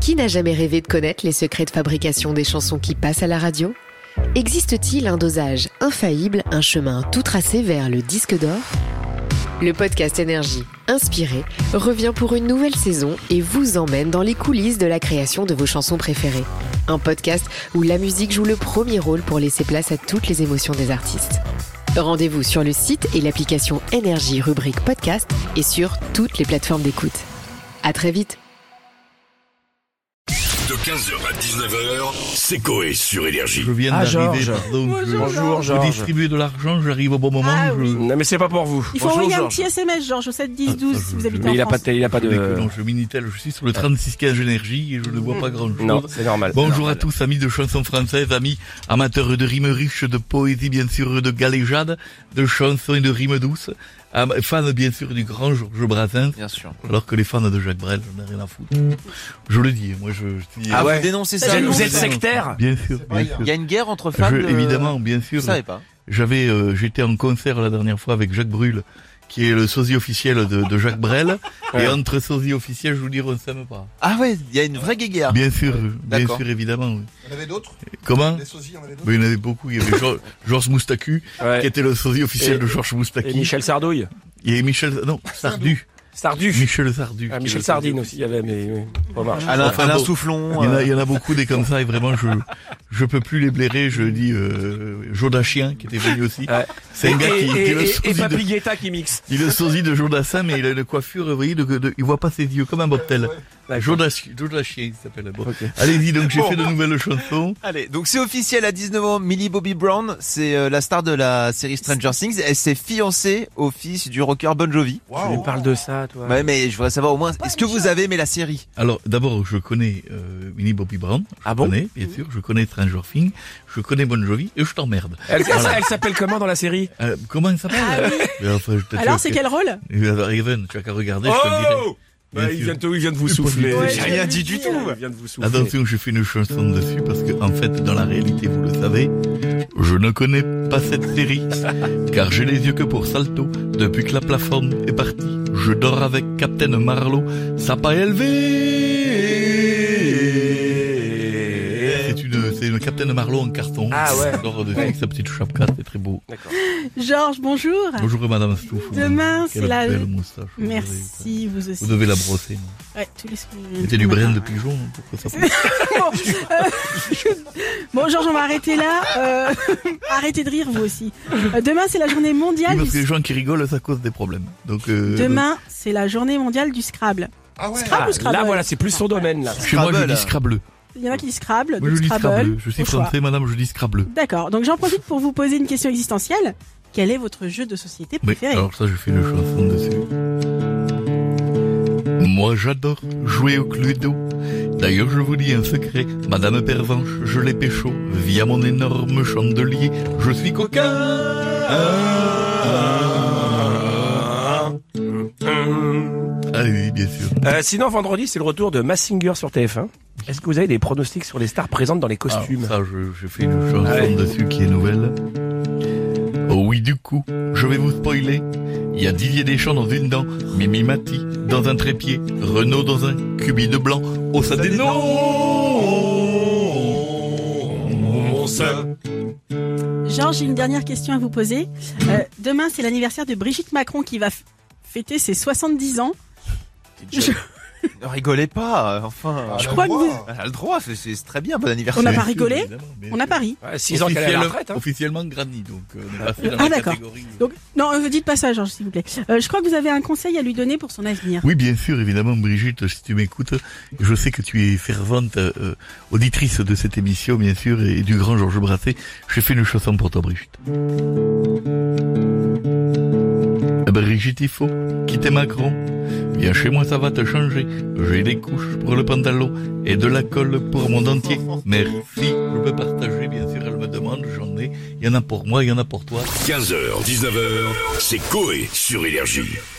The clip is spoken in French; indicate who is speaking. Speaker 1: Qui n'a jamais rêvé de connaître les secrets de fabrication des chansons qui passent à la radio Existe-t-il un dosage infaillible, un chemin tout tracé vers le disque d'or Le podcast Énergie, inspiré, revient pour une nouvelle saison et vous emmène dans les coulisses de la création de vos chansons préférées. Un podcast où la musique joue le premier rôle pour laisser place à toutes les émotions des artistes. Rendez-vous sur le site et l'application Énergie rubrique podcast et sur toutes les plateformes d'écoute. À très vite.
Speaker 2: De 15h à 19h, c'est Coé sur Énergie.
Speaker 3: Je viens
Speaker 4: Ah,
Speaker 3: d'arriver,
Speaker 4: Georges.
Speaker 3: pardon. je-
Speaker 4: Bonjour,
Speaker 3: je,
Speaker 4: Georges.
Speaker 3: distribue de l'argent, j'arrive au bon moment.
Speaker 5: Ah
Speaker 3: je-
Speaker 5: oui.
Speaker 4: Non mais c'est pas pour vous.
Speaker 5: Il faut
Speaker 4: Bonjour,
Speaker 5: envoyer un
Speaker 4: Georges.
Speaker 5: petit SMS, Georges, au 7 10
Speaker 3: Ah,
Speaker 5: 12
Speaker 3: je-
Speaker 5: si vous habitez
Speaker 4: Mais il
Speaker 5: en
Speaker 4: a pas
Speaker 5: France.
Speaker 4: de, il a pas
Speaker 3: Mais que
Speaker 4: de.
Speaker 3: Non, je Minitel, je suis sur le 3615 énergie et je ne vois pas grand chose.
Speaker 4: Non, c'est normal.
Speaker 3: Bonjour à tous, amis de chansons françaises, amis amateurs de rimes riches, de poésie bien sûr, de galéjades, de chansons et de rimes douces, am- fans bien sûr du grand Georges Brassens,
Speaker 6: Bien sûr.
Speaker 3: alors que les fans de Jacques Brel, j'en ai rien à foutre. Je le dis, moi je... je dis- euh,
Speaker 4: Ah ouais.
Speaker 6: dénoncez
Speaker 4: Vous
Speaker 6: ça.
Speaker 4: êtes-
Speaker 5: Salut,
Speaker 4: Vous êtes
Speaker 5: bonjour.
Speaker 4: sectaire
Speaker 3: Bien sûr, bien sûr.
Speaker 6: Il y a une guerre entre fans.
Speaker 3: Je-
Speaker 6: de-
Speaker 3: évidemment, bien
Speaker 6: Je
Speaker 3: sûr.
Speaker 6: savais pas.
Speaker 3: J'avais, euh, j'étais en concert la dernière fois avec Jacques Brul, qui est le sosie officiel de, de Jacques Brel. Et
Speaker 4: Ouais.
Speaker 3: entre sosie officiel, je vous dire, on s'aime pas.
Speaker 6: Ah ouais, il y a une vraie
Speaker 4: Ah.
Speaker 6: guéguerre.
Speaker 3: Bien sûr, bien
Speaker 6: D'accord.
Speaker 3: sûr, évidemment. oui.
Speaker 7: Il y en avait d'autres
Speaker 3: Comment
Speaker 7: Des sosies, il y en avait d'autres
Speaker 3: Mais il y en avait beaucoup. Il y avait Geor- Georges Moustaku, qui
Speaker 4: Ouais.
Speaker 3: était le sosie officiel
Speaker 4: Et-
Speaker 3: de Georges
Speaker 4: Et
Speaker 3: Moustaki.
Speaker 4: Michel Sardouille.
Speaker 3: Il y avait Michel, non, Sardu.
Speaker 4: Sardu.
Speaker 3: Michel Sardu.
Speaker 4: Ah,
Speaker 3: qui est
Speaker 4: Michel
Speaker 3: le-
Speaker 4: Sardine aussi, il y avait, mais oui, pas marche.
Speaker 6: Alain,
Speaker 3: Enfin,
Speaker 6: Alain
Speaker 3: bon.
Speaker 6: Soufflon.
Speaker 3: Il y, en a,
Speaker 6: euh,
Speaker 3: il y en a beaucoup des comme ça et vraiment je je peux plus les blairer. Je dis euh, Jodachien qui était venu aussi.
Speaker 4: Ouais.
Speaker 3: C'est un gars qui,
Speaker 4: Ah. et,
Speaker 3: qui est le
Speaker 4: et- et
Speaker 3: sosie de-
Speaker 4: Pablieta qui mixe.
Speaker 3: Il est le sosie de Jodassin, mais il a une coiffure, vous voyez, de, de- il voit pas ses yeux, comme un bobtel. Jodachi- Jodachien, il s'appelle. Bon.
Speaker 4: Ok.
Speaker 3: Allez-y, donc j'ai
Speaker 6: Bon.
Speaker 3: fait de nouvelles chansons.
Speaker 6: Allez, donc c'est officiel à 19 ans, Millie Bobby Brown, c'est euh, la star de la série Stranger Things. Elle s'est fiancée au fils du rocker Bon Jovi.
Speaker 4: Tu me parles de ça, toi.
Speaker 3: Bah,
Speaker 6: Ouais, mais je voudrais savoir au moins, est-ce que vous avez aimé la série
Speaker 3: Alors, d'abord, je connais euh, Minnie Bobby Brown. Je
Speaker 4: Ah bon
Speaker 3: connais, bien sûr. Je connais Stranger Things. Je connais Bon Jovi et je t'emmerde.
Speaker 4: Elle, elle- elle s'appelle comment dans la série
Speaker 3: Euh, comment il s'appelle
Speaker 5: Ah oui.
Speaker 3: Mais enfin, je te-
Speaker 5: Alors,
Speaker 3: tu-
Speaker 5: c'est quel rôle
Speaker 3: Il va- Raven, tu as qu'à regarder, je te le dirai.
Speaker 4: Bah,
Speaker 3: Bien
Speaker 4: il,
Speaker 3: sûr.
Speaker 4: vient de, il vient de vous
Speaker 3: Pas du
Speaker 4: souffler.
Speaker 3: tout. Ouais,
Speaker 5: J'ai rien dit du tout.
Speaker 4: Il vient de vous souffler.
Speaker 3: Attention, j'ai fait une chanson dessus parce que, en fait, dans la réalité, vous le savez, je ne connais pas cette série. car j'ai les yeux que pour Salto. Depuis que la plateforme est partie, je dors avec Captain Marlowe. Ça a pas élevé. C'est une, c'est une Captain Marlowe en carton.
Speaker 4: Ah ouais.
Speaker 3: Je dors dessus avec sa petite chapka, c'est très beau.
Speaker 4: D'accord.
Speaker 5: Georges, bonjour.
Speaker 4: Ah.
Speaker 3: Bonjour Madame Stouffou.
Speaker 5: Demain, c'est
Speaker 3: Quelle
Speaker 5: la-
Speaker 3: belle moustache. vous avez.
Speaker 5: Merci, vous aussi.
Speaker 3: Vous devez la brosser. non
Speaker 5: Ouais, tous les semaines.
Speaker 3: C'était du brin de pigeon, non pour que ça pousse.
Speaker 5: Bon, euh, bon, Georges, on va arrêter là. Euh, arrêtez de rire, vous aussi. Euh, demain, c'est la journée
Speaker 3: Oui,
Speaker 5: mondiale
Speaker 3: parce que les
Speaker 5: du...
Speaker 3: gens qui rigolent, ça cause des problèmes. Donc, euh,
Speaker 5: Demain, c'est la journée mondiale du Scrabble.
Speaker 7: Ah ouais
Speaker 5: Scrabble ou
Speaker 4: Ah,
Speaker 5: Scrabble
Speaker 4: là, voilà, c'est plus son domaine, là.
Speaker 3: Chez moi, je
Speaker 6: Scrabble.
Speaker 3: dis Scrabble.
Speaker 5: Il y en a qui disent Scrabble,
Speaker 3: Moi, je
Speaker 5: d'autres
Speaker 3: dis Scrabble. Je suis
Speaker 5: au choix.
Speaker 3: français, madame, je dis Scrabble.
Speaker 5: D'accord, donc j'en profite pour vous poser une question existentielle. Quel est votre jeu de société
Speaker 3: Mais
Speaker 5: préféré
Speaker 3: alors ça, je fais Euh. une chanson dessus. Moi, j'adore jouer au Cluedo. D'ailleurs, je vous dis un secret. Madame Pervenche, je l'ai pécho. Via mon énorme chandelier, je suis coquin. Ah oui, bien sûr.
Speaker 4: Euh, sinon, vendredi, c'est le retour de Massinger sur TF1. Est-ce que vous avez des pronostics sur les stars présentes dans les costumes
Speaker 3: Alors, Ah, ça, je, je fais une chanson
Speaker 4: Ah ouais.
Speaker 3: dessus qui est nouvelle. Oh oui, du coup, je vais vous spoiler. Il y a Didier Deschamps dans une dent, Mimi Mati dans un trépied, Renaud dans un cubi de blanc. Oh, ça dénonce
Speaker 5: Georges, j'ai une dernière question à vous poser. Euh, demain, c'est l'anniversaire de Brigitte Macron qui va f- fêter ses 70 ans. Je-
Speaker 6: Ne rigolez pas, euh,
Speaker 3: Ah,
Speaker 6: enfin.
Speaker 5: crois que vous-
Speaker 6: Elle a le droit, c'est- c'est très bien, bon anniversaire.
Speaker 5: On n'a pas rigolé On a Paris.
Speaker 4: Ouais, Six ans qu'elle est à la retraite. hein.
Speaker 3: Officiellement grandi, donc euh, on est passé dans
Speaker 5: Ah,
Speaker 3: la
Speaker 5: d'accord.
Speaker 3: catégorie. euh,
Speaker 5: Donc, non, euh, dites pas ça, Georges, s'il vous plaît. Euh, je crois que vous avez un conseil à lui donner pour son avenir.
Speaker 3: Oui, bien sûr, évidemment, Brigitte, si tu m'écoutes, je sais que tu es fervente euh, auditrice de cette émission, bien sûr, et du grand Georges Brassé. J'ai fait une chanson pour toi, Brigitte. Eh ben, Brigitte, il faut quitter Macron. Viens chez moi, ça va te changer. J'ai des couches pour le pantalon et de la colle pour mon dentier. Merci, je peux partager, bien sûr, elle me demande, j'en ai. Il y en a pour moi, il y en a pour toi.
Speaker 2: 15h, 19h, c'est Coé sur Énergie.